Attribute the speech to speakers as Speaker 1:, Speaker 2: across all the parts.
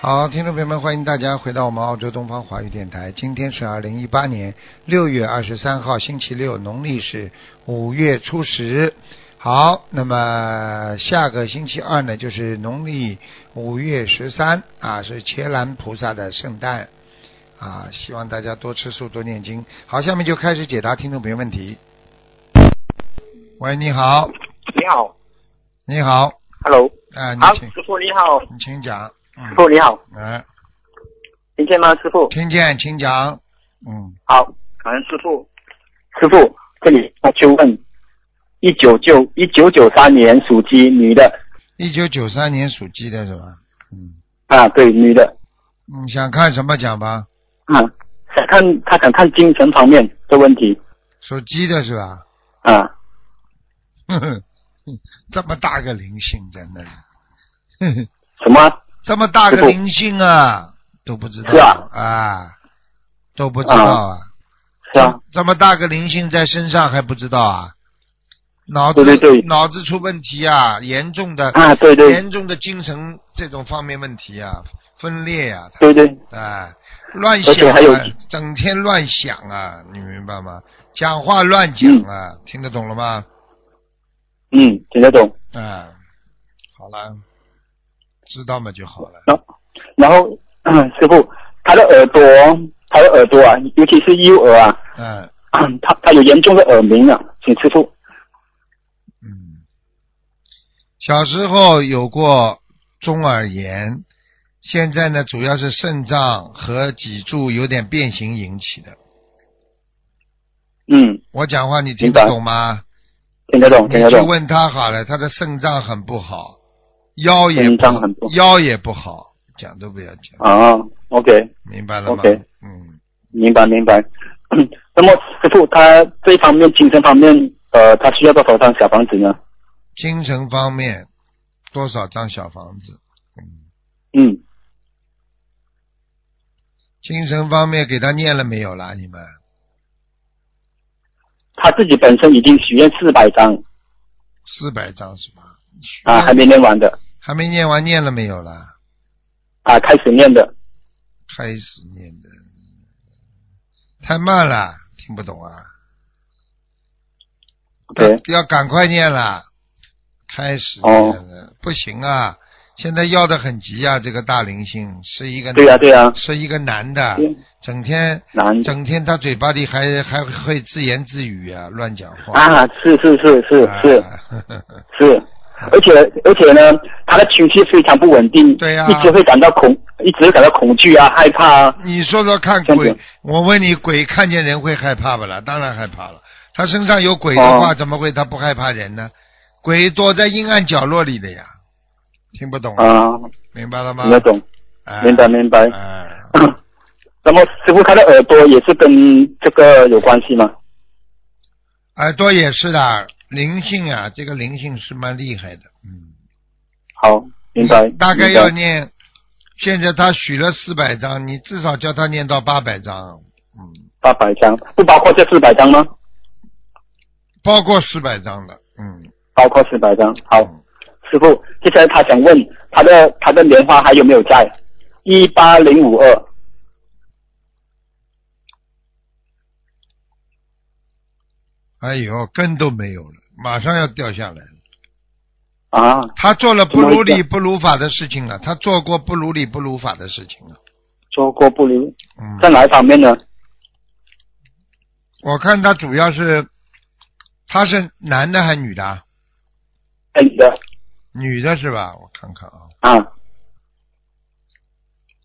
Speaker 1: 好，听众朋友们，欢迎大家回到我们澳洲东方华语电台。今天是二零一八年六月二十三号，星期六，农历是五月初十。好，那么下个星期二呢，就是农历五月十三啊，是伽蓝菩萨的圣诞啊，希望大家多吃素，多念经。好，下面就开始解答听众朋友问题。喂，你好，
Speaker 2: 你好
Speaker 1: 你好，
Speaker 2: ，Hello，
Speaker 1: 啊，你
Speaker 2: 好，
Speaker 1: 请，
Speaker 2: 师傅你好，
Speaker 1: 你请讲，
Speaker 2: 师
Speaker 1: 嗯，
Speaker 2: 傅你好，
Speaker 1: 哎，
Speaker 2: 听见吗？师傅，
Speaker 1: 听见，请讲，嗯，
Speaker 2: 好，感恩师傅。师傅，这里我就问，一九九一九九三年属鸡女的
Speaker 1: 一九九三年属鸡的是吧？嗯，
Speaker 2: 啊，对，女的，
Speaker 1: 你想看什么讲吧？
Speaker 2: 啊，想看她想看精神方面的问题
Speaker 1: 属鸡的是吧？
Speaker 2: 啊，
Speaker 1: 呵呵，这么大个灵性在那里，呵呵，
Speaker 2: 什么 啊
Speaker 1: 这么大个灵性啊，都不知
Speaker 2: 是
Speaker 1: 道
Speaker 2: 啊
Speaker 1: 啊，都不知道啊，
Speaker 2: 是啊？
Speaker 1: 这么大个灵性在身上还不知道啊，脑子
Speaker 2: 对对对
Speaker 1: 脑子出问题啊，严重的、
Speaker 2: 啊，对对
Speaker 1: 严重的精神这种方面问题啊，分裂啊，他
Speaker 2: 对对，
Speaker 1: 哎，乱
Speaker 2: 而且
Speaker 1: 想
Speaker 2: 还有
Speaker 1: 啊，整天乱想啊，你明白吗？讲话乱讲啊，听得懂了吗？
Speaker 2: 嗯，听得懂。
Speaker 1: 哎，好了，知道嘛就好了。
Speaker 2: 然后，然后 师傅，她的耳朵，她的耳朵啊，尤其是右耳啊，
Speaker 1: 嗯
Speaker 2: 她她有严重的耳鸣啊，请师傅。
Speaker 1: 嗯，小时候有过中耳炎，现在呢主要是肾脏和脊柱有点变形引起的。
Speaker 2: 嗯，
Speaker 1: 我讲话你听得
Speaker 2: 明白
Speaker 1: 懂吗？
Speaker 2: 听得懂，听
Speaker 1: 你
Speaker 2: 得
Speaker 1: 就
Speaker 2: 懂。
Speaker 1: 嗯问他好了，他的肾脏很不好，腰也
Speaker 2: 肾
Speaker 1: 不好
Speaker 2: 脏很不好
Speaker 1: 腰也不好，讲都不要讲，
Speaker 2: 啊，OK，
Speaker 1: 明白了吗
Speaker 2: OK
Speaker 1: 嗯，
Speaker 2: 明白明白。 那么师傅，他这一方面精神方面，呃，他需要多少张小房子呢？
Speaker 1: 精神方面多少张小房子？
Speaker 2: 嗯，
Speaker 1: 精神方面给他念了没有啦？你们
Speaker 2: 他自己本身已经许愿四百张
Speaker 1: 四百张是吧？许
Speaker 2: 啊，
Speaker 1: 愿
Speaker 2: 还没念完的
Speaker 1: 还没念完，念了没有啦？
Speaker 2: 啊，开始念的
Speaker 1: 开始念的太慢了，听不懂啊！
Speaker 2: ，OK，
Speaker 1: 要要赶快念了，开始
Speaker 2: 哦
Speaker 1: 念了，不行啊！现在要的很急啊，这个大灵性是一个
Speaker 2: 对呀、对呀、
Speaker 1: 是一个男的，整天
Speaker 2: 难
Speaker 1: 整天他嘴巴里还还会自言自语啊，乱讲话
Speaker 2: 啊，是是是是
Speaker 1: 啊
Speaker 2: 是是，而且而且呢，他的情绪非常不稳定，
Speaker 1: 对呀
Speaker 2: 一直会感到恐，一直会感到恐惧啊，害怕啊，
Speaker 1: 你说说看
Speaker 2: 真的
Speaker 1: 鬼，我问你，鬼看见人会害怕不啦？当然害怕了。他身上有鬼的话，
Speaker 2: 哦
Speaker 1: 怎么会他不害怕人呢？鬼躲在阴暗角落里的呀，听不懂啊？
Speaker 2: 啊，
Speaker 1: 明白了吗
Speaker 2: 听？得懂，
Speaker 1: 哎
Speaker 2: 明白明白。
Speaker 1: 哎，
Speaker 2: 那么师傅，他的耳朵也是跟这个有关系吗？
Speaker 1: 耳朵也是的，灵性啊，这个灵性是蛮厉害的，嗯，
Speaker 2: 好，明白。
Speaker 1: 大概
Speaker 2: 明白
Speaker 1: 要念。现在他许了四百张，你至少叫他念到八百张，嗯，
Speaker 2: 八百张，不包括这四百张吗？
Speaker 1: 包括四百张的，嗯，
Speaker 2: 包括四百张。好，
Speaker 1: 嗯
Speaker 2: 师傅，接下来他想问他的他的莲花还有没有在？一八零五二，
Speaker 1: 哎呦，根都没有了，马上要掉下来了。
Speaker 2: 啊，
Speaker 1: 他做了不如理不如法的事情了，他做过不如理不如法的事情了。
Speaker 2: 做过不留，在
Speaker 1: 嗯，
Speaker 2: 哪一方面呢？
Speaker 1: 我看他主要是，他是男的还是女的啊？
Speaker 2: 哎你的
Speaker 1: 女的是吧？我看看啊，
Speaker 2: 啊，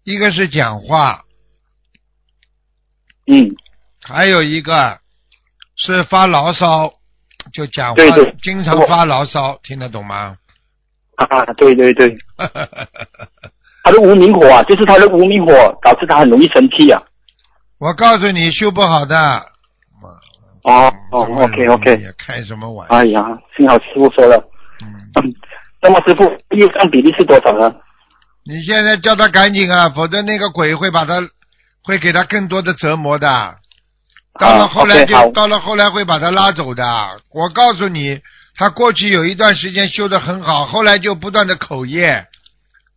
Speaker 1: 一个是讲话，
Speaker 2: 嗯，
Speaker 1: 还有一个是发牢骚，就讲话
Speaker 2: 对对
Speaker 1: 经常发牢骚，听得懂吗？
Speaker 2: 啊，对对对，他的无名火啊，就是他的无名火导致他很容易生气啊。
Speaker 1: 我告诉你，修不好的。
Speaker 2: 哦哦
Speaker 1: 这么
Speaker 2: ，OK
Speaker 1: 容易
Speaker 2: OK，
Speaker 1: 开什么玩笑？
Speaker 2: 哎呀，幸好师傅说了。
Speaker 1: 嗯
Speaker 2: 嗯， 那么师傅业障比例是多少呢？
Speaker 1: 你现在叫他赶紧啊，否则那个鬼会把他，会给他更多的折磨的。到了后来就、
Speaker 2: 啊、OK，好，
Speaker 1: 到了后来会把他拉走的。我告诉你，他过去有一段时间修得很好，后来就不断的口业，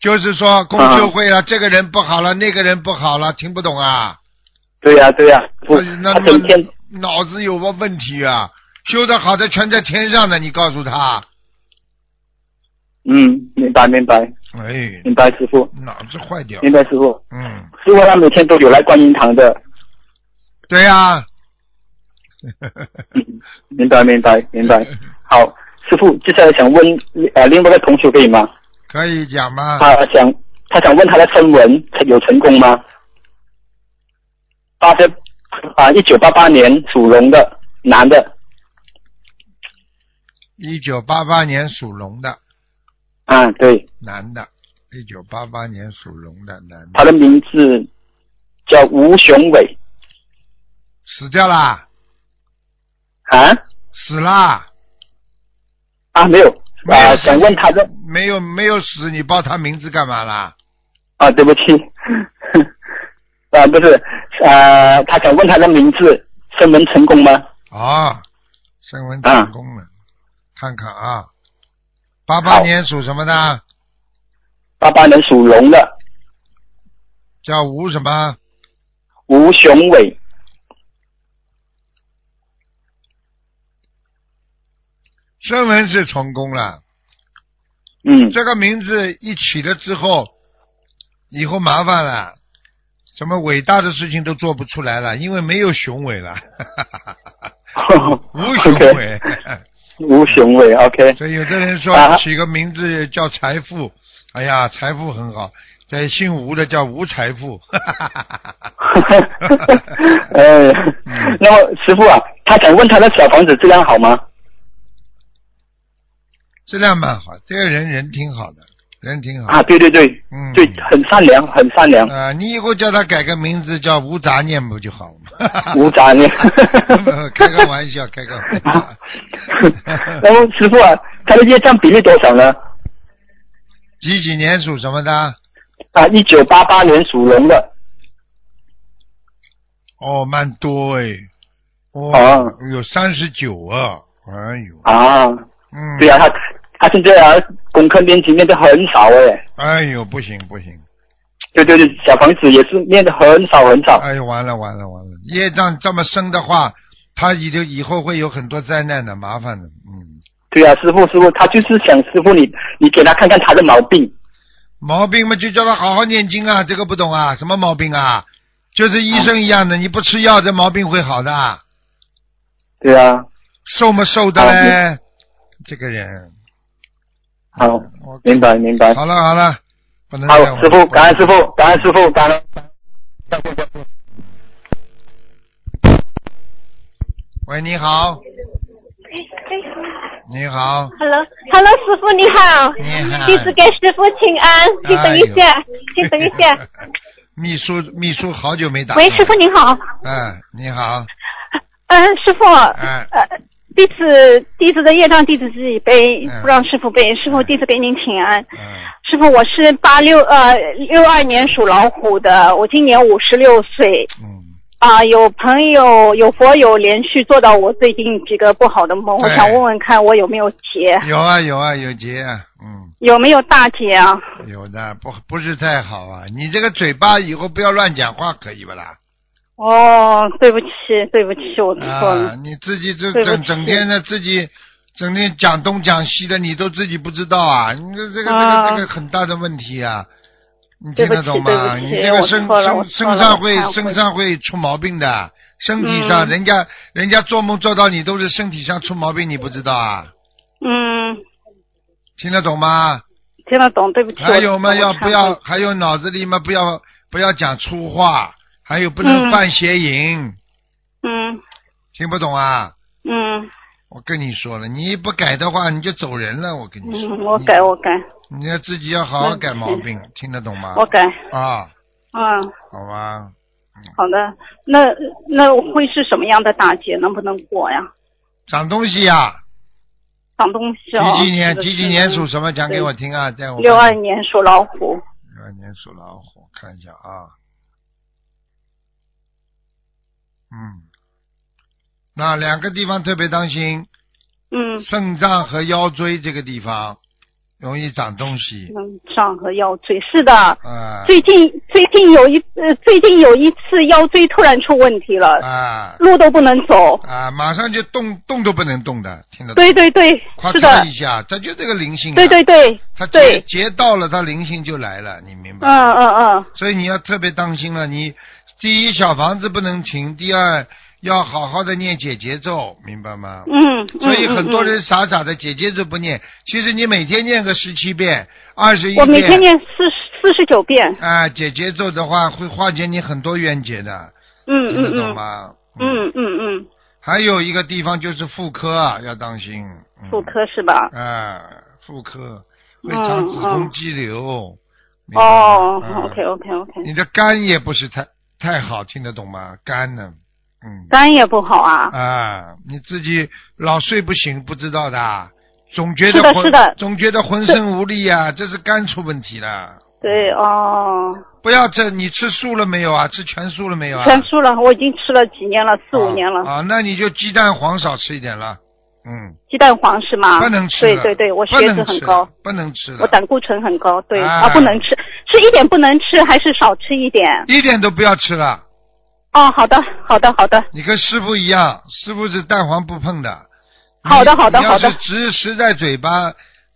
Speaker 1: 就是说共修会
Speaker 2: 嗯
Speaker 1: 了，这个人不好了，那个人不好了，听不懂啊？
Speaker 2: 对呀、对呀、不，
Speaker 1: 哎那
Speaker 2: 他啊整天
Speaker 1: 么脑子有个问题啊！修得好的全在天上呢，你告诉他，
Speaker 2: 嗯，明白明白
Speaker 1: 哎，
Speaker 2: 明白，师傅，
Speaker 1: 脑子坏掉，
Speaker 2: 明白师傅，
Speaker 1: 嗯，
Speaker 2: 师傅他每天都有来观音堂的，
Speaker 1: 对啊呀、嗯
Speaker 2: 明白明白明白。好，师傅，接下来想问呃另外一个同学可以吗？
Speaker 1: 可以讲吗？
Speaker 2: 他想他想问他的声纹有成功吗？八十啊，一九八八年属龙的男的
Speaker 1: 一九八八年属龙的
Speaker 2: 啊，对，
Speaker 1: 男的，一九八八年属龙的男
Speaker 2: 他
Speaker 1: 的
Speaker 2: 的名字叫吴雄伟
Speaker 1: 死掉啦，
Speaker 2: 啊
Speaker 1: 死啦，
Speaker 2: 啊没有
Speaker 1: 没有事
Speaker 2: 啊，呃想问他的
Speaker 1: 没有没有死，你报他名字干嘛啦？
Speaker 2: 啊，对不起 啊不是啊，他想问他的名字声纹成功吗？
Speaker 1: 哦，升温成功了，看看啊，八八
Speaker 2: 好
Speaker 1: 年属什么的？
Speaker 2: 八八年属龙的
Speaker 1: 叫吴什么？
Speaker 2: 吴雄伟
Speaker 1: 升温是成功了，
Speaker 2: 嗯
Speaker 1: 这个名字一起了之后，以后麻烦了，什么伟大的事情都做不出来了，因为没有雄伟了， 无雄
Speaker 2: OK
Speaker 1: 伟。
Speaker 2: 吴雄伟，OK，
Speaker 1: 所以有的人说
Speaker 2: 啊
Speaker 1: 起个名字叫财富，哎呀，财富很好。这姓吴的叫吴财富， 哈哈哈哈
Speaker 2: 呃
Speaker 1: 嗯，
Speaker 2: 那么师傅啊，他想问他的小房子质量好吗？
Speaker 1: 质量蛮好。这个人人挺好的，人挺好。
Speaker 2: 啊，对对对，
Speaker 1: 嗯，
Speaker 2: 对，很善良，很善良，
Speaker 1: 啊，你以后叫他改个名字叫无杂念不就好了 吗？。
Speaker 2: 无杂念
Speaker 1: 嗯 开个玩笑，开个玩
Speaker 2: 啊
Speaker 1: 笑。
Speaker 2: 然后师傅啊，他的业障比例多少呢？
Speaker 1: 几几年属什么的？
Speaker 2: 啊，一九八八年属龙的，
Speaker 1: 哦，蛮多哎，哦，
Speaker 2: 啊
Speaker 1: 有三十九啊，哎呦，
Speaker 2: 啊，
Speaker 1: 嗯，
Speaker 2: 对啊，他他现在啊，功课练习练的很少哎，
Speaker 1: 哎呦，不行不行，
Speaker 2: 对对对，小房子也是练的很少很少，
Speaker 1: 哎呦，完了完了完了！业障这么深的话，他以后以后会有很多灾难的，麻烦的。嗯，
Speaker 2: 对啊，师傅师傅，他就是想师傅你你给他看看他的毛病，
Speaker 1: 毛病嘛，就叫他好好念经啊，这个不懂啊，什么毛病啊？就是医生一样的，你不吃药，这毛病会好的，啊
Speaker 2: 对啊，
Speaker 1: 瘦嘛瘦的嘞。这个人，
Speaker 2: 好，
Speaker 1: 我
Speaker 2: 明白明白。
Speaker 1: 好了好了，不能
Speaker 2: 好
Speaker 1: 再，玩
Speaker 2: 师傅，感恩师
Speaker 1: 了
Speaker 2: 傅，感恩师傅，感恩。
Speaker 1: 喂，你好，你好，
Speaker 3: Hello，Hello，师傅你好，
Speaker 1: 你好哎
Speaker 3: 弟子给师傅请安，请等一下， 请等一下。
Speaker 1: 秘书秘书好久 没打。
Speaker 3: 喂，师傅。你好，
Speaker 1: 嗯，你好，
Speaker 3: 嗯，师傅，
Speaker 1: 嗯
Speaker 3: 呃，弟子弟子的业障弟子自己背
Speaker 1: 嗯，
Speaker 3: 不让师傅背，师傅
Speaker 1: 嗯
Speaker 3: 弟子给您请安。
Speaker 1: 嗯，
Speaker 3: 师傅，我是八六呃六二年属老虎的，我今年五十六岁
Speaker 1: 嗯，
Speaker 3: 啊、有朋友有佛友连续做到我最近几个不好的梦，我
Speaker 1: 对
Speaker 3: 想问问看我有没有劫，
Speaker 1: 有啊有啊有结啊，嗯。
Speaker 3: 有没有大劫啊？
Speaker 1: 有的不不是太好啊，你这个嘴巴以后不要乱讲话，可以不啦？
Speaker 3: 哦，对不起，对不起，我错了。
Speaker 1: 啊，你自己这
Speaker 3: 嗯对不
Speaker 1: 整
Speaker 3: 起
Speaker 1: 整天的自己，整天讲东讲西的，你都自己不知道啊！你这这个这个
Speaker 3: 啊
Speaker 1: 这个很大的问题啊！你
Speaker 3: 对
Speaker 1: 听
Speaker 3: 不起
Speaker 1: 得懂吗？
Speaker 3: 对不
Speaker 1: 你
Speaker 3: 起
Speaker 1: 这个
Speaker 3: 我
Speaker 1: 身
Speaker 3: 错了我
Speaker 1: 身
Speaker 3: 错了
Speaker 1: 身上
Speaker 3: 我忏
Speaker 1: 会
Speaker 3: 悔
Speaker 1: 身上会出毛病的，身体上
Speaker 3: 嗯
Speaker 1: 人家人家做梦做到你都是身体上出毛病，你不知道啊？
Speaker 3: 嗯，
Speaker 1: 听得懂吗？
Speaker 3: 听得懂，对不起。
Speaker 1: 还
Speaker 3: 我
Speaker 1: 有嘛，
Speaker 3: 我
Speaker 1: 要
Speaker 3: 忏
Speaker 1: 不
Speaker 3: 悔
Speaker 1: 要？还有脑子里嘛，不要不要讲粗话，还有不能
Speaker 3: 嗯
Speaker 1: 犯邪淫，
Speaker 3: 嗯
Speaker 1: 听不懂啊？
Speaker 3: 嗯
Speaker 1: 我跟你说了，你不改的话，你就走人了。我跟你说，
Speaker 3: 嗯，我改，我改，
Speaker 1: 你你要自己要好好改毛病，听得懂吗？
Speaker 3: 我改。
Speaker 1: 啊，
Speaker 3: 嗯，
Speaker 1: 好吧，
Speaker 3: 好的。那那会是什么样的大劫？能不能过呀？
Speaker 1: 长东西呀、
Speaker 3: 长东西哦。
Speaker 1: 几几年？
Speaker 3: 这个是
Speaker 1: 几几年属什么？讲给我听啊，在我
Speaker 3: 六二年属老虎。
Speaker 1: 六二年属老虎，看一下啊。嗯，那两个地方特别当心，
Speaker 3: 嗯
Speaker 1: 肾脏和腰椎这个地方，容易长东西
Speaker 3: 嗯，上和腰椎是的。
Speaker 1: 啊
Speaker 3: 最近最近有一呃，最近有一次腰椎突然出问题了，
Speaker 1: 啊
Speaker 3: 路都不能走。
Speaker 1: 啊！马上就动动都不能动的，听得懂？
Speaker 3: 对对对，
Speaker 1: 夸
Speaker 3: 是
Speaker 1: 嚓
Speaker 3: 的
Speaker 1: 一，下，这就这个灵性、啊。
Speaker 3: 对对，对，
Speaker 1: 他劫
Speaker 3: 对
Speaker 1: 劫到了，他灵性就来了，你明白
Speaker 3: 嗯
Speaker 1: 吗？
Speaker 3: 嗯嗯，
Speaker 1: 所以你要特别当心了，你第一小房子不能停，第二要好好的念解节奏，明白吗？
Speaker 3: 嗯，嗯
Speaker 1: 所以很多。
Speaker 3: 嗯嗯
Speaker 1: 人傻傻的解节奏不念，其实你每天念个十七遍、二十一
Speaker 3: 我
Speaker 1: 遍，
Speaker 3: 每天念四四十九遍，
Speaker 1: 啊，解节奏的话会化解你很多冤结的，
Speaker 3: 嗯
Speaker 1: 听得
Speaker 3: 嗯
Speaker 1: 懂
Speaker 3: 嗯，
Speaker 1: 吗？
Speaker 3: 嗯嗯嗯，
Speaker 1: 还有一个地方就是妇科啊，要当心。嗯
Speaker 3: 妇科是吧？
Speaker 1: 啊，妇科会长子宫肌瘤。明白吗
Speaker 3: 哦
Speaker 1: 嗯
Speaker 3: ，OK OK OK，
Speaker 1: 你的肝也不是太太好，听得懂吗？肝呢？嗯。
Speaker 3: 肝也不好啊。
Speaker 1: 啊，你自己老睡不醒，不知道的啊，总觉得
Speaker 3: 是的
Speaker 1: 浑
Speaker 3: 是的
Speaker 1: 总觉得浑身无力啊，这是肝出问题了。
Speaker 3: 对哦，
Speaker 1: 不要这，你吃素了没有啊？吃全素了没有啊？
Speaker 3: 全素了，我已经吃了几年了，四五年了。
Speaker 1: 啊。啊，那你就鸡蛋黄少吃一点了。嗯，
Speaker 3: 鸡蛋黄是吗？
Speaker 1: 不能吃了。
Speaker 3: 啊对对对，我血
Speaker 1: 不能
Speaker 3: 脂很
Speaker 1: 吃了
Speaker 3: 高，，
Speaker 1: 不能吃了
Speaker 3: 我。胆固醇很高，对
Speaker 1: 哎
Speaker 3: 啊，不能吃，吃一点不能吃，还是少吃一点。
Speaker 1: 一点都不要吃了。
Speaker 3: 哦，好的，好的，好的，
Speaker 1: 你跟师傅一样，师傅是蛋黄不碰的。
Speaker 3: 好的
Speaker 1: 你
Speaker 3: 好的好
Speaker 1: 你要
Speaker 3: 的
Speaker 1: 是只实在嘴巴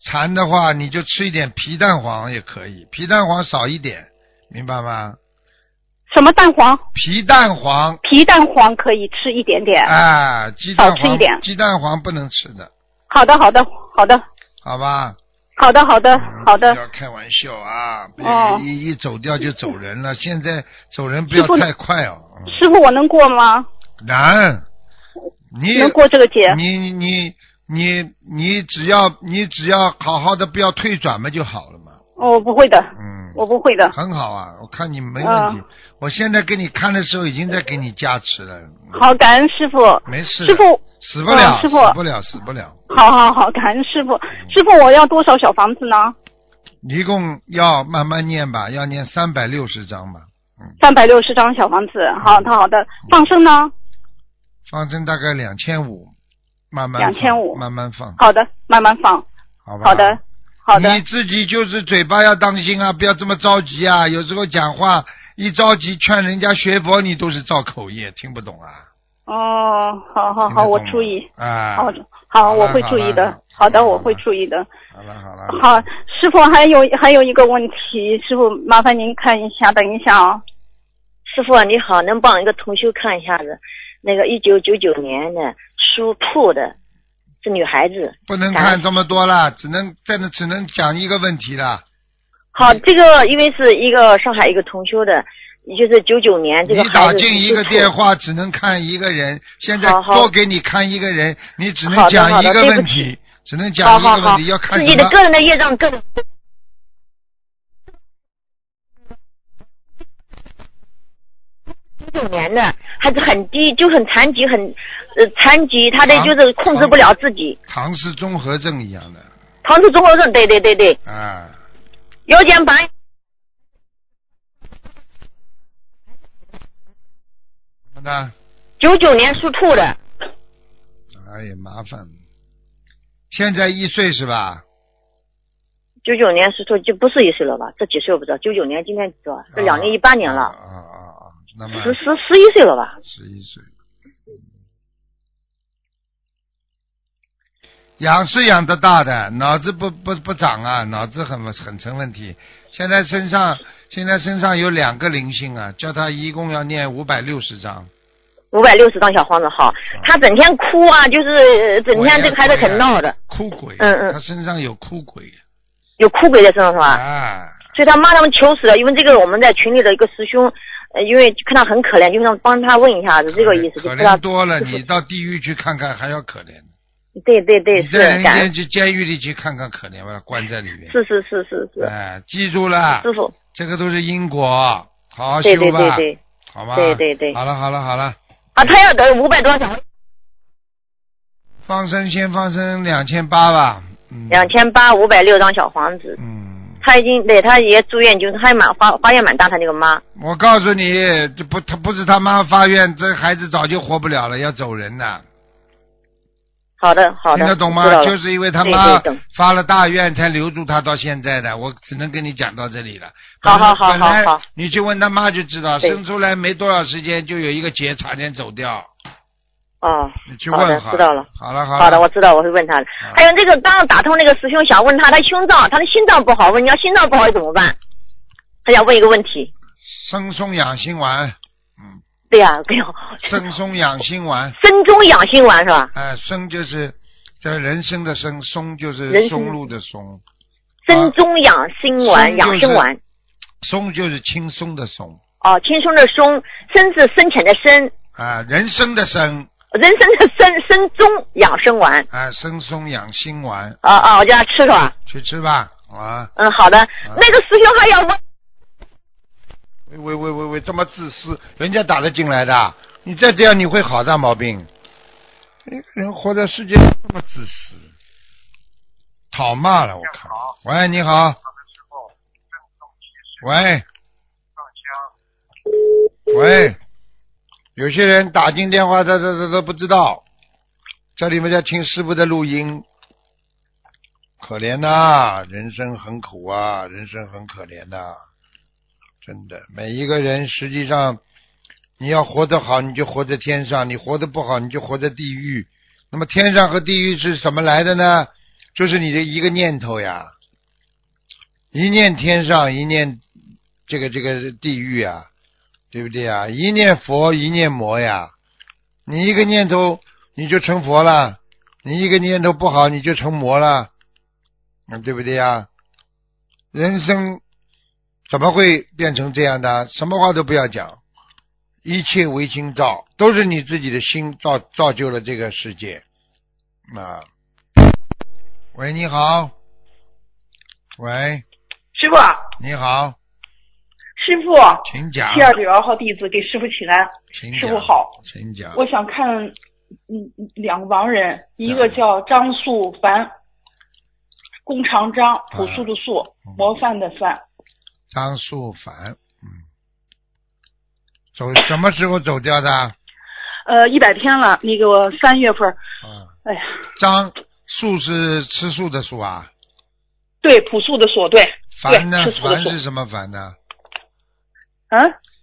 Speaker 1: 馋的话，你就吃一点皮蛋黄也可以，皮蛋黄少一点，明白吗？
Speaker 3: 什么蛋黄？
Speaker 1: 皮蛋黄，
Speaker 3: 皮蛋黄可以吃一点点。
Speaker 1: 啊，鸡蛋
Speaker 3: 哎少吃
Speaker 1: 黄
Speaker 3: 一点
Speaker 1: 鸡蛋黄不能吃的，
Speaker 3: 好的，好的，好的，
Speaker 1: 好吧？
Speaker 3: 好的，好的，好的
Speaker 1: 不。要开玩笑啊！别
Speaker 3: 哦
Speaker 1: 一一走掉就走人 了，现在走人不
Speaker 3: 师
Speaker 1: 要
Speaker 3: 傅
Speaker 1: 太快哦。嗯
Speaker 3: 师傅，我能过吗？
Speaker 1: 难，你
Speaker 3: 能过这个节？
Speaker 1: 你你你你你只要你只要好好的，不要退转嘛就好了嘛。
Speaker 3: 哦我不会的，
Speaker 1: 嗯，
Speaker 3: 我不会的。
Speaker 1: 很好啊，我看你没问题。
Speaker 3: 嗯
Speaker 1: 我现在给你看的时候，已经在给你加持了。嗯，
Speaker 3: 好，感恩师傅。
Speaker 1: 没事的，
Speaker 3: 师傅，
Speaker 1: 死不了，
Speaker 3: 嗯师傅
Speaker 1: 死不了，死不了。
Speaker 3: 好好好，感恩师
Speaker 1: 嗯
Speaker 3: 傅。师傅，我要多少小房子呢？
Speaker 1: 一共要慢慢念吧，要念三百六十章吧。
Speaker 3: 三百六十张小房子。好的，好
Speaker 1: 嗯
Speaker 3: 的。放生呢？
Speaker 1: 放生大概两千五，慢慢放
Speaker 3: 2500
Speaker 1: 慢慢放，
Speaker 3: 好的，慢慢放。
Speaker 1: 好吧？
Speaker 3: 好的，好的。
Speaker 1: 嗯你自己就是嘴巴要当心啊，不要这么着急啊。有时候讲话一着急，劝人家学佛，你都是造口业，听不懂啊。
Speaker 3: 哦，好好
Speaker 1: 听得
Speaker 3: 好，
Speaker 1: 懂
Speaker 3: 我
Speaker 1: 吗
Speaker 3: 注意。
Speaker 1: 啊，
Speaker 3: 好，
Speaker 1: 好
Speaker 3: 好，我
Speaker 1: 了
Speaker 3: 会
Speaker 1: 好
Speaker 3: 注意
Speaker 1: 了
Speaker 3: 的。
Speaker 1: 好嗯
Speaker 3: 好的，
Speaker 1: 了
Speaker 3: 我
Speaker 1: 好
Speaker 3: 会
Speaker 1: 了
Speaker 3: 注意的。
Speaker 1: 好了好了。
Speaker 3: 好，师傅还有还有一个问题，师傅麻烦您看一下，等一下啊、
Speaker 4: 师傅啊你好，能帮一个同修看一下子，那个一九九九年的属兔的，是女孩子。
Speaker 1: 不能
Speaker 4: 感
Speaker 1: 看
Speaker 4: 恩
Speaker 1: 这么多了，只能在那只能讲一个问题了。
Speaker 4: 好，
Speaker 1: 嗯
Speaker 4: 这个因为是一个上海一个同修的，就是九九年这
Speaker 1: 你
Speaker 4: 个
Speaker 1: 打
Speaker 4: 孩子
Speaker 1: 进一个
Speaker 4: 属兔
Speaker 1: 电话只能看一个人，现在
Speaker 4: 好好
Speaker 1: 多给你看一个人，你只能
Speaker 4: 好的
Speaker 1: 讲
Speaker 4: 好
Speaker 1: 一
Speaker 4: 的
Speaker 1: 个
Speaker 4: 对不
Speaker 1: 问
Speaker 4: 起
Speaker 1: 题，只能讲
Speaker 4: 好
Speaker 1: 一个
Speaker 4: 好
Speaker 1: 问
Speaker 4: 好
Speaker 1: 题，要，看
Speaker 4: 自
Speaker 1: 什
Speaker 4: 己的
Speaker 1: 么？
Speaker 4: 个人的业障更。九九年的还是很低，就很残疾，很呃残疾，他的
Speaker 1: 啊
Speaker 4: 就是控制不了自己。
Speaker 1: 唐氏综合症一样的
Speaker 4: 唐氏综合症，对对对对，
Speaker 1: 啊，
Speaker 4: 腰间盘
Speaker 1: 怎么的？
Speaker 4: 九九年属兔的，
Speaker 1: 哎呀，麻烦。现在一岁是吧？
Speaker 4: 九九年属兔就不是一岁了吧？这几岁我不知道，九九年今年多少？这两年一八年
Speaker 1: 啊
Speaker 4: 了，
Speaker 1: 啊啊啊！那么
Speaker 4: 十十十一岁了吧？
Speaker 1: 十一岁，养是养得大的，脑子不不不长啊，脑子很很成问题。现在身上现在身上有两个灵性啊，叫他一共要念五百六十章。
Speaker 4: 五百六十张小黄子好，他整天哭啊，就是呃整天这个孩子很闹的，
Speaker 1: 哭鬼，
Speaker 4: 嗯嗯
Speaker 1: 他身上有哭鬼
Speaker 4: 有哭鬼在身上是吧？
Speaker 1: 啊，
Speaker 4: 所以他妈他们求死了，因为这个我们在群里的一个师兄，呃，因为看他很可怜，就想帮他问一下子，这个意思就
Speaker 1: 可
Speaker 4: 知道
Speaker 1: 怜。多了，
Speaker 4: 就是
Speaker 1: 你到地狱去看看还要可怜，
Speaker 4: 对对对，
Speaker 1: 你
Speaker 4: 是
Speaker 1: 在人
Speaker 4: 感恩
Speaker 1: 间，去监狱里去看看可怜，把他关在里面。
Speaker 4: 是是是是是，
Speaker 1: 哎，记住了，
Speaker 4: 师傅，
Speaker 1: 这个都是因果，好好修
Speaker 4: 对对
Speaker 1: 吧，
Speaker 4: 对对，
Speaker 1: 好吗？
Speaker 4: 对对对
Speaker 1: 好了好了好了，
Speaker 4: 啊，他要得五百多张小黄，
Speaker 1: 放生先放生两千八吧。嗯。
Speaker 4: 两。千八五百六张小黄子，
Speaker 1: 嗯，
Speaker 4: 他已经对他也住院，就是他也蛮花花样蛮大，他那个妈。
Speaker 1: 我告诉你，这不他不是他妈发愿，这孩子早就活不了了，要走人的。
Speaker 5: 好的，好的。
Speaker 1: 听得懂吗
Speaker 5: 知道？了
Speaker 1: 就是因为他
Speaker 5: 对
Speaker 1: 妈
Speaker 5: 对懂
Speaker 1: 发了大愿才留住他到现在的，我只能跟你讲到这里了。
Speaker 5: 好好好
Speaker 1: 本来
Speaker 5: 好好，
Speaker 1: 你去问他妈就知道，
Speaker 5: 对
Speaker 1: 生出来没多少时间就有一个结差点走掉，
Speaker 5: 哦，
Speaker 1: 你去
Speaker 5: 好的
Speaker 1: 问好
Speaker 5: 知道了。
Speaker 1: 好了好
Speaker 5: 好的，我知道，我会问他的。
Speaker 1: 好
Speaker 5: 还有那个刚刚打通那个师兄想问他，他胸脏，他的心脏不好，问你要心脏不好怎么办？他想问一个问题。
Speaker 1: 生松养心丸，嗯，
Speaker 5: 对呀、不要
Speaker 1: 生松养心丸，
Speaker 5: 生中养心丸是吧？
Speaker 1: 哎、生就是这人生的生，松就是
Speaker 5: 人生
Speaker 1: 松露的松，
Speaker 5: 生中养心丸，
Speaker 1: 生就是
Speaker 5: 养生丸。
Speaker 1: 松就是轻松的松
Speaker 5: 哦，轻松的松，深是深浅的深，
Speaker 1: 啊、人生的生
Speaker 5: 人参的参，参中养生丸。
Speaker 1: 啊、生松养心丸，
Speaker 5: 啊啊，我叫他吃是吧？
Speaker 1: 去吃吧啊！
Speaker 5: 嗯，好的。那个师兄还要问，
Speaker 1: 喂喂喂喂喂，这么自私，人家打得进来的，你再这样你会好大毛病。一个人活在世界上这么自私，讨骂了我看。喂，你好。喂。喂，有些人打进电话，他他他都不知道，这里面在听师傅的录音，可怜呐、人生很苦啊，人生很可怜呐、真的，每一个人实际上，你要活得好，你就活在天上；你活得不好，你就活在地狱。那么天上和地狱是什么来的呢？就是你的一个念头呀，一念天上，一念这个这个地狱啊，对不对啊？一念佛，一念魔呀。你一个念头，你就成佛了；你一个念头不好，你就成魔了，嗯对不对呀？人生怎么会变成这样的？什么话都不要讲，一切唯心造，都是你自己的心造造就了这个世界。啊，喂，你好，喂，
Speaker 4: 师傅，
Speaker 1: 你好，
Speaker 4: 师傅，
Speaker 1: 请讲
Speaker 4: 七，二九幺号弟子给师傅请安。
Speaker 1: 请
Speaker 4: 师
Speaker 1: 讲
Speaker 4: 傅好，
Speaker 1: 请讲，
Speaker 4: 我想看，嗯，两个亡人，一
Speaker 1: 啊
Speaker 4: 个叫张素凡，弓长张，朴素的素，模范的范，
Speaker 1: 张素凡，嗯，走什么时候走掉的？啊，
Speaker 4: 呃，一百天了，那个三月份儿，哎呀，
Speaker 1: 张素是吃素的素啊，
Speaker 4: 对，朴素的素，对，
Speaker 1: 凡呢
Speaker 4: 对，吃？素的
Speaker 1: 凡
Speaker 4: 素，
Speaker 1: 是什么凡呢？
Speaker 4: 嗯，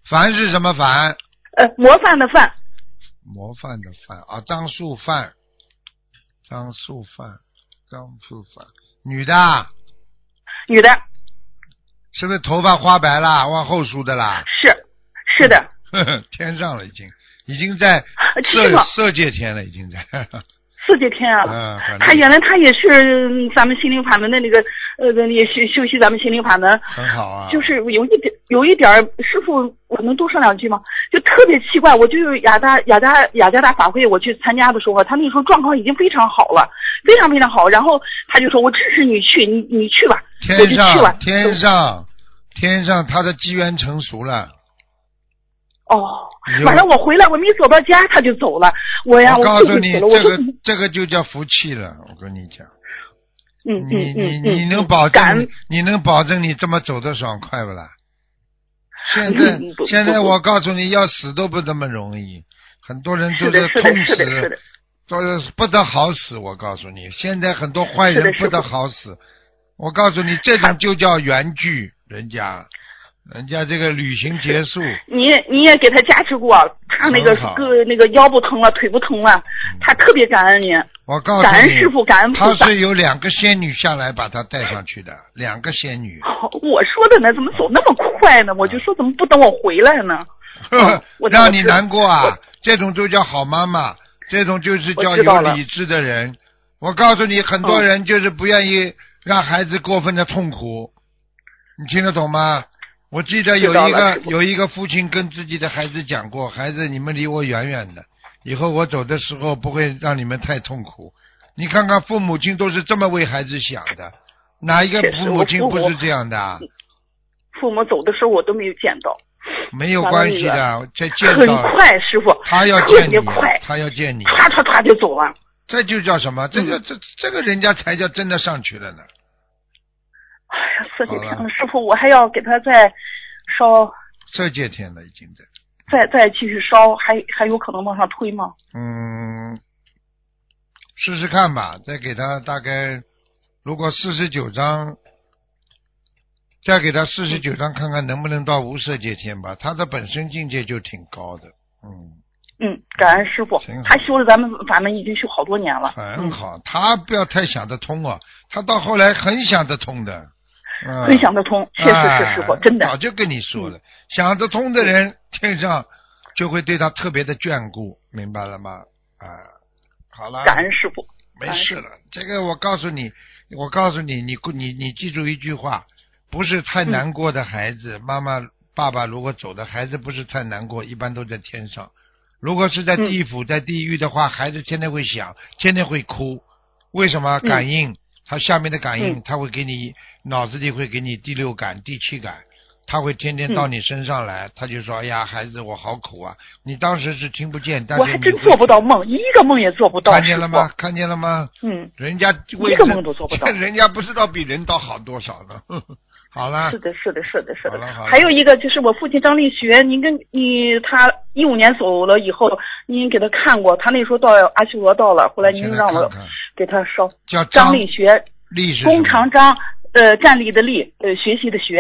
Speaker 1: 凡是什么凡？
Speaker 4: 呃，模范的范，
Speaker 1: 模范的范啊，张素范，张素范，张素范，女的啊，
Speaker 4: 女的，
Speaker 1: 是不是头发花白啦，往后梳的啦？
Speaker 4: 是，是的，
Speaker 1: 呵呵，天上了已经，已经在
Speaker 4: 呃
Speaker 1: 色
Speaker 4: 师傅，
Speaker 1: 色界天了，已经在。 呵呵
Speaker 4: 四界天啊。
Speaker 1: 嗯，很
Speaker 4: 他原来他也是嗯咱们心灵法门的那个，呃，也修修习咱们心灵法门，
Speaker 1: 很好啊，
Speaker 4: 就是有一点，有一点儿，师傅，我能多说两句吗？就特别奇怪，我就是雅达雅达雅加达法会，我去参加的时候，啊他那时候状况已经非常好了，非常非常好。然后他就说：“我支持你去，你你去吧。”
Speaker 1: 天
Speaker 4: 我就去
Speaker 1: 上
Speaker 4: 了。
Speaker 1: 天上天上，他的机缘成熟了。
Speaker 4: 哦
Speaker 1: 有，
Speaker 4: 晚上我回来，我没走到家，他就走了。我哎呀，
Speaker 1: 我
Speaker 4: 我
Speaker 1: 告
Speaker 4: 后
Speaker 1: 诉
Speaker 4: 悔
Speaker 1: 你，
Speaker 4: 死了。我
Speaker 1: 这
Speaker 4: 说
Speaker 1: 个：“这个就叫福气了。我跟你讲，
Speaker 4: 嗯嗯
Speaker 1: 你你
Speaker 4: 嗯
Speaker 1: 你
Speaker 4: 嗯，
Speaker 1: 能保
Speaker 4: 感
Speaker 1: 证
Speaker 4: 恩
Speaker 1: 你能保证你这么走的爽快不啦？现在
Speaker 4: 嗯不
Speaker 1: 现在
Speaker 4: 不不
Speaker 1: 我告诉你，要死都不那么容易，很多人
Speaker 4: 是
Speaker 1: 都
Speaker 4: 的，是的，
Speaker 1: 痛
Speaker 4: 是的，是
Speaker 1: 死
Speaker 4: 的，，
Speaker 1: 都是不得好死。我告诉你，现在很多坏人
Speaker 4: 是的
Speaker 1: 不得
Speaker 4: 是的
Speaker 1: 好死。我告诉你，这种就叫缘聚，人家人家这个旅行结束，
Speaker 4: 你也你也给他加持过，他那个
Speaker 1: 很好嗯
Speaker 4: 个那个腰不疼了，腿不疼了，他特别感恩您，
Speaker 1: 我告诉你，
Speaker 4: 感恩师傅，感恩菩
Speaker 1: 哦他
Speaker 4: 萨。
Speaker 1: 是有两个仙女下来把他带上去的，两个仙女。
Speaker 4: 哦 我说的呢，怎么走那么快
Speaker 1: 啊
Speaker 4: 呢？我就说怎么不等我回来呢？嗯 我知道
Speaker 1: 让你难过啊！这种就叫好妈妈，这种就是叫
Speaker 4: 我知道
Speaker 1: 有
Speaker 4: 了嗯
Speaker 1: 理智的人。我告诉你，很多人就是不愿意让孩子过分的痛苦，你听得懂吗？我记得有
Speaker 4: 知道
Speaker 1: 一
Speaker 4: 了
Speaker 1: 个
Speaker 4: 师傅
Speaker 1: 有一个父亲跟自己的孩子讲过：“孩子，你们离我远远的，以后我走的时候不会让你们太痛苦。”你看看，父母亲都是这么为孩子想的，哪一个
Speaker 4: 确实
Speaker 1: 父母
Speaker 4: 我
Speaker 1: 亲
Speaker 4: 父
Speaker 1: 不
Speaker 4: 母
Speaker 1: 是这样的啊？
Speaker 4: 父母走的时候我都没有见到，
Speaker 1: 没有
Speaker 4: 完了
Speaker 1: 关
Speaker 4: 那
Speaker 1: 系
Speaker 4: 个
Speaker 1: 的，这见
Speaker 4: 很
Speaker 1: 到
Speaker 4: 快，师傅，
Speaker 1: 他要
Speaker 4: 特
Speaker 1: 见你
Speaker 4: 别，快，
Speaker 1: 他要见你，
Speaker 4: 唰唰唰就走了。
Speaker 1: 这就叫什么？这
Speaker 4: 嗯
Speaker 1: 个这这个人家才叫真的上去了呢。
Speaker 4: 哎呀，四几天
Speaker 1: 好了
Speaker 4: 了，师傅，我还要给他再烧，
Speaker 1: 这界天了已经在，
Speaker 4: 再再继续烧，还还有可能往上推吗？
Speaker 1: 嗯，试试看吧，再给他大概，如果四十九章，再给他四十九章看看能不能到无色界天吧。他的本身境界就挺高的，嗯，
Speaker 4: 嗯，感恩师傅
Speaker 1: 挺好，
Speaker 4: 他修了咱们法门已经修好多年了，
Speaker 1: 很好。
Speaker 4: 嗯
Speaker 1: 他不要太想得通啊，他到后来很想得通的，嗯，
Speaker 4: 真想得通，确实是师傅，
Speaker 1: 哎
Speaker 4: 真的嗯
Speaker 1: 早，就跟你说了，想得通的人，天上就会对他特别的眷顾，明白了吗？啊，好了，
Speaker 4: 感恩师傅，
Speaker 1: 没事了。这个我告诉你，我告诉你，你你你记住一句话：不是太
Speaker 4: 嗯
Speaker 1: 难过的孩子，妈妈爸爸如果走的孩子不是太难过，一般都在天上；如果是在
Speaker 4: 嗯
Speaker 1: 地府、在地狱的话，孩子天天会想，天天会哭。为什
Speaker 4: 嗯
Speaker 1: 么？感应、他下面的感应，他会给你脑子里会给你第六感、第七感。他会天天到
Speaker 4: 嗯
Speaker 1: 你身上来，他就说：“哎呀，孩子，我好苦啊！”你当时是听不见，但
Speaker 4: 我
Speaker 1: 是
Speaker 4: 还
Speaker 1: 你
Speaker 4: 真
Speaker 1: 会
Speaker 4: 做不到梦，一个梦也做不到，
Speaker 1: 看
Speaker 4: 师
Speaker 1: 见
Speaker 4: 傅
Speaker 1: 了，吗？看见了吗？
Speaker 4: 嗯，
Speaker 1: 人家位
Speaker 4: 一
Speaker 1: 置
Speaker 4: 个梦都做不 到
Speaker 1: 人家不知道比人道好多少呢。好啦
Speaker 4: 是，的，是的，是的，是
Speaker 1: 啊好
Speaker 4: 的
Speaker 1: 了好了。
Speaker 4: 还有一个就是我父亲张立学，您跟你他一五年走了以后，您给他看过，他那时候到阿修罗道了，后来您
Speaker 1: 现在
Speaker 4: 让我
Speaker 1: 看看
Speaker 4: 给他烧
Speaker 1: 叫
Speaker 4: 张
Speaker 1: 立
Speaker 4: 立学，
Speaker 1: 立是
Speaker 4: 弓
Speaker 1: 什么
Speaker 4: 长张，呃，站立的立，呃，学习的学，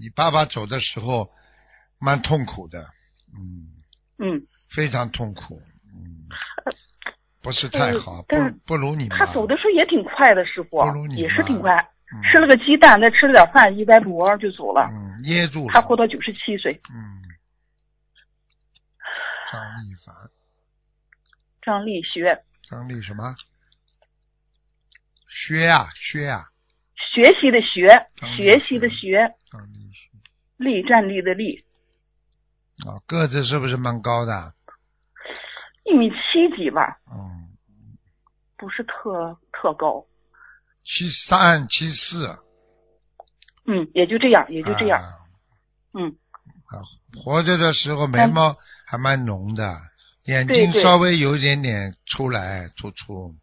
Speaker 1: 你爸爸走的时候蛮痛苦的，嗯，
Speaker 4: 嗯，
Speaker 1: 非常痛苦，嗯，不是太好，不
Speaker 4: 呃但是
Speaker 1: 不如你妈。
Speaker 4: 他走的时候也挺快的，师傅
Speaker 1: 不如你
Speaker 4: 也是
Speaker 1: 妈
Speaker 4: 挺快，
Speaker 1: 嗯
Speaker 4: 吃了个鸡蛋，再吃了点饭，一歪脖就走了。
Speaker 1: 嗯，噎住了。
Speaker 4: 他活到九十七岁，
Speaker 1: 嗯，张立凡，
Speaker 4: 张立学，
Speaker 1: 张立什么？薛啊，薛啊，
Speaker 4: 学习的学，
Speaker 1: 张立
Speaker 4: 学习的学，
Speaker 1: 张立薛
Speaker 4: 立站立的立，
Speaker 1: 啊、个子是不是蛮高的？啊
Speaker 4: 一米七几吧。
Speaker 1: 嗯，
Speaker 4: 不是特特高，
Speaker 1: 七三七四，
Speaker 4: 嗯，也就这样，也就这样，
Speaker 1: 啊
Speaker 4: 嗯，
Speaker 1: 啊，活着的时候眉毛还蛮浓的，眼睛
Speaker 4: 对对
Speaker 1: 稍微有一点点出来突出，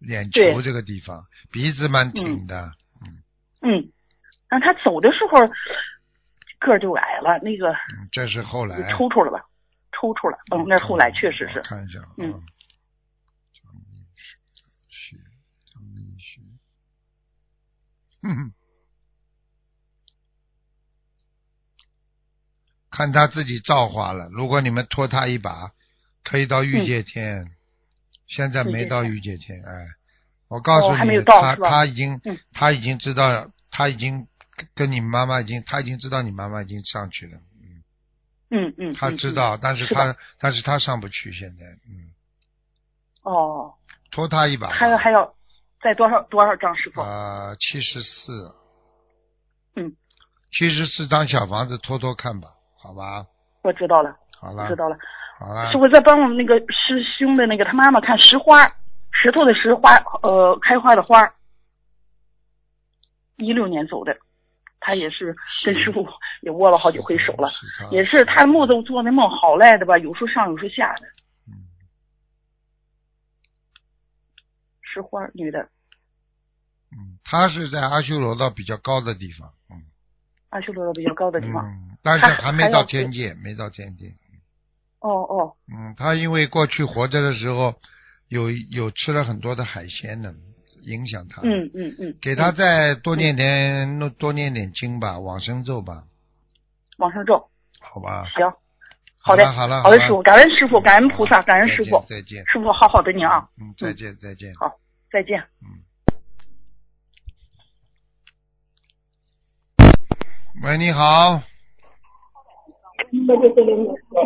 Speaker 1: 眼球
Speaker 4: 对
Speaker 1: 这个地方，鼻子蛮挺的，
Speaker 4: 嗯。但他走的时候个儿就矮了，那个
Speaker 1: 嗯这是后来
Speaker 4: 就抽抽了吧，抽抽了，嗯，那是后来确实
Speaker 1: 我
Speaker 4: 是，
Speaker 1: 看一下啊，
Speaker 4: 嗯
Speaker 1: 张立学，张立学，嗯，看他自己造化了。如果你们拖他一把，可以到御
Speaker 4: 嗯
Speaker 1: 界天。现在没到御界天，哎，我告诉
Speaker 4: 哦还没
Speaker 1: 你，
Speaker 4: 有到
Speaker 1: 他
Speaker 4: 是吧
Speaker 1: 他已经、
Speaker 4: 嗯
Speaker 1: 他已经知道，他已经跟你妈妈已经，他已经知道你妈妈已经上去了。
Speaker 4: 嗯嗯，
Speaker 1: 他
Speaker 4: 嗯
Speaker 1: 知
Speaker 4: 嗯
Speaker 1: 道，但是
Speaker 4: 是
Speaker 1: 他但是他上不去，现在嗯，
Speaker 4: 哦，
Speaker 1: 拖他一把吧。
Speaker 4: 还要还要再多少多少张师傅？
Speaker 1: 啊，七十四。
Speaker 4: 嗯。
Speaker 1: 七十四张小房子拖拖看吧，好吧，
Speaker 4: 我知道了，
Speaker 1: 好了，啊
Speaker 4: 知道了，
Speaker 1: 好了
Speaker 4: 师。傅再帮我们那个师兄的那个他妈妈看石花，石头的石花，呃，开花的花，一六年走的，他也是跟
Speaker 1: 是
Speaker 4: 师傅也握了好几回手了。
Speaker 1: 嗯他
Speaker 4: 也是他梦都做那梦好赖的吧，有时候上有时候下的。
Speaker 1: 嗯
Speaker 4: 是花儿女的，
Speaker 1: 嗯，他是在阿修罗道比较高的地方，嗯
Speaker 4: 阿修罗道比较高的地方。
Speaker 1: 嗯，但是
Speaker 4: 他
Speaker 1: 还没
Speaker 4: 还
Speaker 1: 到
Speaker 4: 要
Speaker 1: 天
Speaker 4: 是
Speaker 1: 界，没到天界。
Speaker 4: 哦哦，
Speaker 1: 嗯，他因为过去活着的时候有有吃了很多的海鲜呢，影响他。
Speaker 4: 嗯，嗯嗯，
Speaker 1: 啊给他
Speaker 4: 嗯
Speaker 1: 再多念点、多多念点经吧，往生咒吧，
Speaker 4: 往上咒，
Speaker 1: 好吧。
Speaker 4: 行，好的，
Speaker 1: 好了，
Speaker 4: 好的，
Speaker 1: 了
Speaker 4: 师傅，感恩师傅，感恩菩萨，感恩
Speaker 1: 再
Speaker 4: 师
Speaker 1: 见
Speaker 4: 傅，
Speaker 1: 再见。
Speaker 4: 师傅好好的您啊，
Speaker 1: 嗯，再见，再见。
Speaker 4: 再见。
Speaker 1: 喂，你好。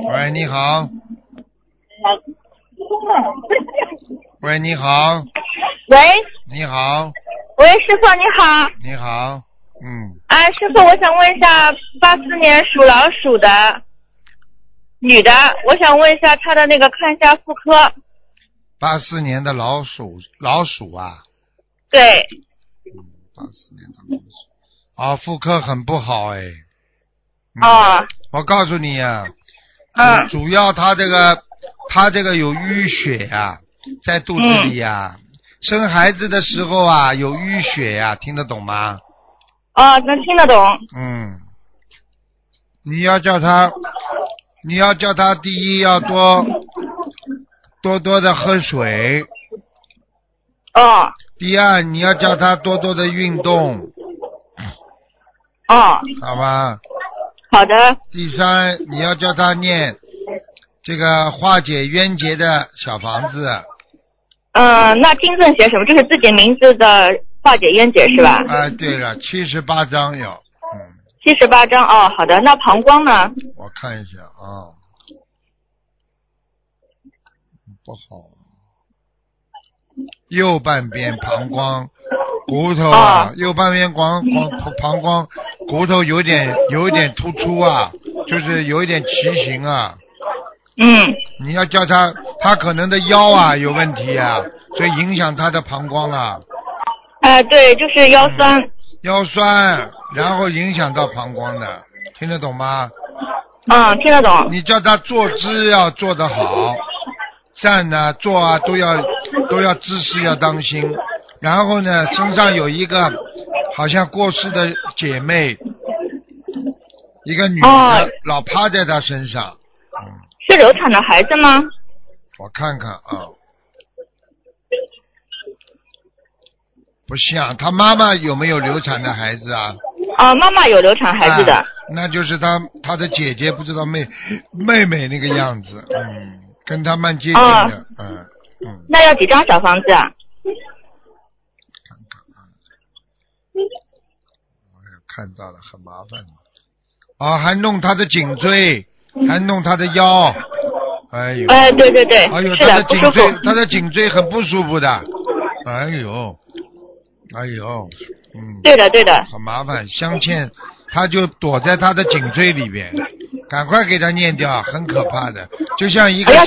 Speaker 1: 喂，你好。喂，你好，
Speaker 6: 喂
Speaker 1: 你好，
Speaker 6: 喂，师傅你好，
Speaker 1: 你好，嗯，
Speaker 6: 啊，师傅，我想问一下，八四年属老鼠的女的，我想问一下她的那个看一下妇科，
Speaker 1: 八四年的老鼠，老鼠啊，
Speaker 6: 对，
Speaker 1: 八四年的老鼠，啊，妇科很不好哎。嗯、
Speaker 4: 啊
Speaker 6: 哦，
Speaker 1: 我告诉你啊，
Speaker 6: 嗯，
Speaker 1: 主要他这个他这个有淤血呀、在肚子里呀、生孩子的时候啊啊有淤血呀、听得懂吗？
Speaker 6: 哦，能听得懂，
Speaker 1: 嗯，你要叫他，你要叫他第一要多多多的喝水，
Speaker 6: 哦
Speaker 1: 第二你要叫他多多的运动，
Speaker 6: 哦，
Speaker 1: 好吧？
Speaker 6: 好的，
Speaker 1: 第三你要叫他念这个化解冤结的小房子，啊、
Speaker 6: 嗯，那金正写什么？这是自己名字的化解冤结
Speaker 1: 嗯
Speaker 6: 是吧？
Speaker 1: 哎对了，七十八章有，嗯，
Speaker 6: 七十八章哦，好的。那膀胱呢？
Speaker 1: 我看一下啊，不好，右半边膀胱骨头啊，
Speaker 6: 哦
Speaker 1: 右半边膀膀膀胱骨头有点有一点突出啊，就是有一点畸形啊。
Speaker 6: 嗯，
Speaker 1: 你要叫他，他可能的腰啊有问题啊，所以影响他的膀胱啊，
Speaker 6: 哎、对，就是腰酸。
Speaker 1: 腰酸，然后影响到膀胱的，听得懂吗？
Speaker 6: 嗯，听得懂。
Speaker 1: 你叫他坐姿要做得好，站呢、坐啊都要都要姿势要当心。然后呢，身上有一个好像过世的姐妹，一个女的、
Speaker 6: 哦
Speaker 1: 老趴在他身上，嗯
Speaker 6: 是流产的孩子吗？
Speaker 1: 我看看啊，不像他妈妈有没有流产的孩子啊？
Speaker 6: 啊，妈妈有流产孩子的。
Speaker 1: 啊那就是他他的姐姐不知道妹妹妹那个样子，嗯，跟他蛮接近
Speaker 6: 啊
Speaker 1: 的，嗯嗯，
Speaker 6: 那要几张小房子啊？
Speaker 1: 看到了，很麻烦的。啊，还弄他的颈椎，还弄他的腰，哎呦，
Speaker 6: 哎，对对对，
Speaker 1: 哎呦，
Speaker 6: 是
Speaker 1: 他
Speaker 6: 的
Speaker 1: 的，
Speaker 6: 不
Speaker 1: 颈
Speaker 6: 舒服。
Speaker 1: 椎，他的颈椎很不舒服的，哎呦，哎呦，嗯，
Speaker 6: 对的对的，
Speaker 1: 很麻烦，镶嵌，他就躲在他的颈椎里边，赶快给他念掉，很可怕的，就像一个、
Speaker 6: 哎呀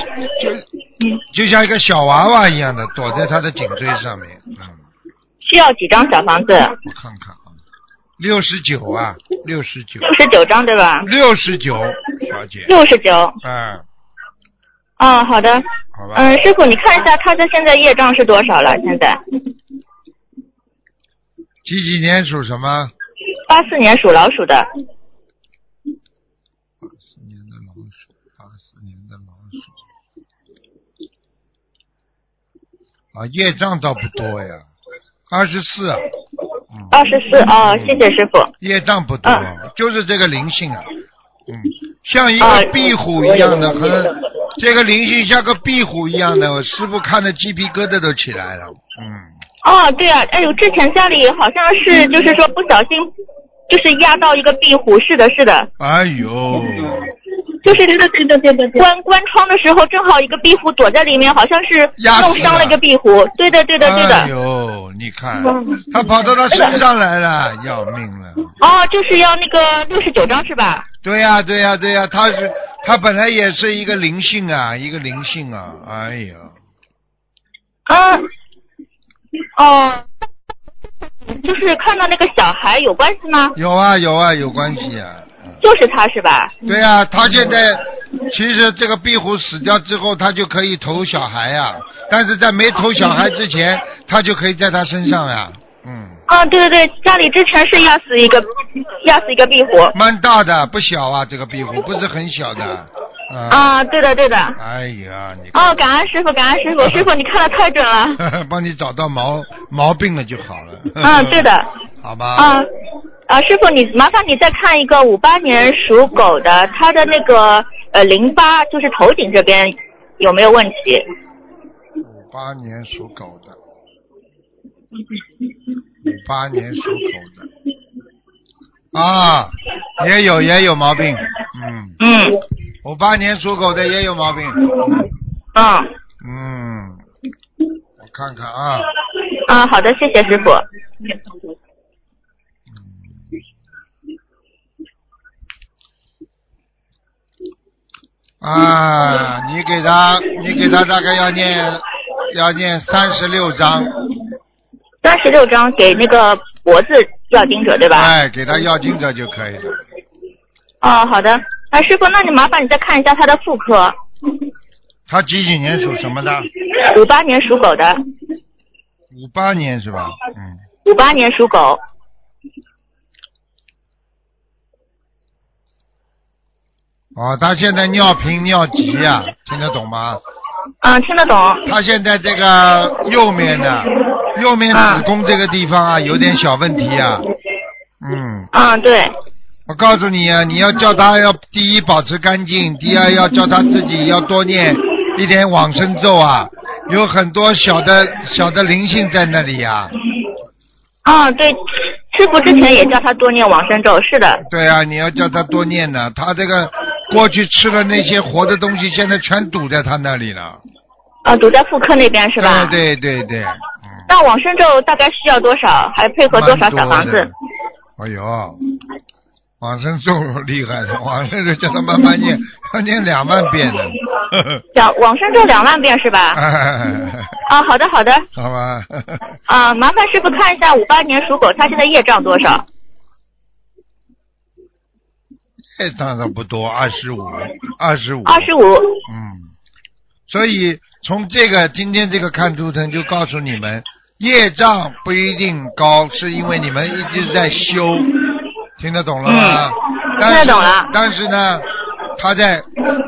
Speaker 1: 就就像一个小娃娃一样的躲在他的颈椎上面，嗯，
Speaker 6: 需要几张小房子？
Speaker 1: 我看看啊，六十九啊，六十九，
Speaker 6: 六十九张对吧？
Speaker 1: 六十九，小姐，
Speaker 6: 六十九。
Speaker 1: 哎，
Speaker 6: 嗯，好的。
Speaker 1: 好吧，
Speaker 6: 嗯，师傅，你看一下他的现在业障是多少了？现在
Speaker 1: 几几年属什么？哎
Speaker 6: 八四年属老鼠的。
Speaker 1: 四年的老鼠，八四年的老鼠，啊，业障倒不多呀，二十四，嗯，
Speaker 6: 二十四哦，谢谢师傅。
Speaker 1: 业障不多，
Speaker 6: 嗯
Speaker 1: 就是这个灵性啊，嗯，像一个壁虎一样的，很这个灵性像个壁虎一样的，我师傅看的鸡皮疙瘩都起来了，嗯，
Speaker 6: 哦，对啊，哎呦，之前家里好像是就是说不小心，就是压到一个壁虎，是的，是的，
Speaker 1: 哎呦，嗯
Speaker 6: 就是这个对的对的关关窗的时候，正好一个壁虎躲在里面，好像是
Speaker 1: 压死
Speaker 6: 弄伤了
Speaker 1: 了
Speaker 6: 一个壁虎。对的对的对
Speaker 1: 哎
Speaker 6: 的。
Speaker 1: 呦，你看，他跑到他身上来了，要命了。
Speaker 6: 哦，就是要那个六十九张是吧？
Speaker 1: 对呀、对呀、对呀、他是他本来也是一个灵性啊，一个灵性啊，哎呀，啊
Speaker 6: 嗯。哦。就是看到那个小孩有关系吗？
Speaker 1: 有啊有啊有关系啊，嗯
Speaker 6: 就是他是吧？
Speaker 1: 对呀、他现在其实这个壁虎死掉之后，他就可以投小孩啊，但是在没投小孩之前，他就可以在他身上呀、嗯，
Speaker 6: 啊，对对对，家里之前是压死一个，压死一个壁虎。
Speaker 1: 蛮大的，不小啊，这个壁虎不是很小的，啊，
Speaker 6: 啊，对的对的。
Speaker 1: 哎呀，你 看
Speaker 6: 哦，感恩师傅，感恩师傅，师傅你看的太准了。
Speaker 1: 帮你找到毛毛病了就好了，
Speaker 6: 嗯，对的。，
Speaker 1: 好吧，
Speaker 6: 啊啊，师傅你麻烦你再看一个五八年属狗的，他的那个呃淋巴就是头颈这边有没有问题？
Speaker 1: 五八年属狗的，五八年属狗的，啊，也有也有毛病，嗯，
Speaker 6: 嗯
Speaker 1: 五八年属狗的也有毛病，
Speaker 6: 嗯
Speaker 1: 嗯，我看看啊，
Speaker 6: 嗯，好的，谢谢师傅。
Speaker 1: 啊，你给他，你给他大概要念，要念三十六章，
Speaker 6: 三十六章给那个脖子要盯者对吧？
Speaker 1: 哎，给他要经者就可以了。
Speaker 6: 哦，好的。啊，师傅，那你麻烦你再看一下他的妇科，
Speaker 1: 他几几年属什么的？
Speaker 6: 五八年属狗的，
Speaker 1: 五八年是吧？嗯。
Speaker 6: 五八年属狗。
Speaker 1: 哦，他现在尿频尿急呀、听得懂吗？
Speaker 6: 嗯，听得懂。
Speaker 1: 他现在这个右面呢，右面子宫这个地方啊，有点小问题啊。嗯，
Speaker 6: 嗯，对，
Speaker 1: 我告诉你啊，
Speaker 6: 嗯
Speaker 1: 你要叫他要第一保持干净，第二要叫他自己要多念一点往生咒啊，有很多小的小的灵性在那里啊呀、
Speaker 6: 嗯，对，师傅之前也叫他多念往生咒，是的，
Speaker 1: 对啊，你要叫他多念呢、他这个过去吃了那些活的东西，现在全堵在他那里了。哎
Speaker 6: 啊，堵在妇科那边是吧？
Speaker 1: 对对对对，嗯。
Speaker 6: 那往生咒大概需要多少？还配合多少小房
Speaker 1: 蛮多的
Speaker 6: 子？？
Speaker 1: 哎呦，往生咒厉害了， 往生咒叫他慢慢念，要念两万遍呢。
Speaker 6: 两往生咒两万遍是吧？啊，好的好的，
Speaker 1: 哎好吧，
Speaker 6: 啊，麻烦师傅看一下五八年属狗，他现在业障多少？
Speaker 1: 这当然不多，二十五，二十五，
Speaker 6: 二十五。
Speaker 1: 嗯，所以从这个今天这个看图腾就告诉你们，业障不一定高，是因为你们一直在修，听得懂了吗？但是
Speaker 6: 嗯听得懂了
Speaker 1: 但是呢，他在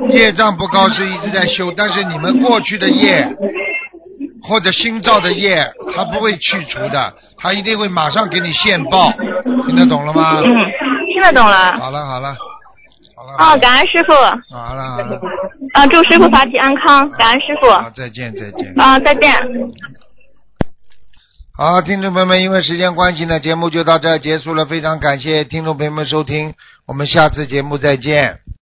Speaker 1: 业障不高是一直在修，但是你们过去的业或者新造的业，他不会去除的，他一定会马上给你现报，听得懂了吗？
Speaker 6: 嗯，听得懂了。
Speaker 1: 好了好了，好了。
Speaker 6: 哦，感恩师傅，
Speaker 1: 好了好了，
Speaker 6: 啊，祝师傅法体安康，感恩师傅，
Speaker 1: 好，再见再见。
Speaker 6: 啊，再见。
Speaker 1: 好，听众朋友们，因为时间关系呢，节目就到这儿结束了。非常感谢听众朋友们收听，我们下次节目再见。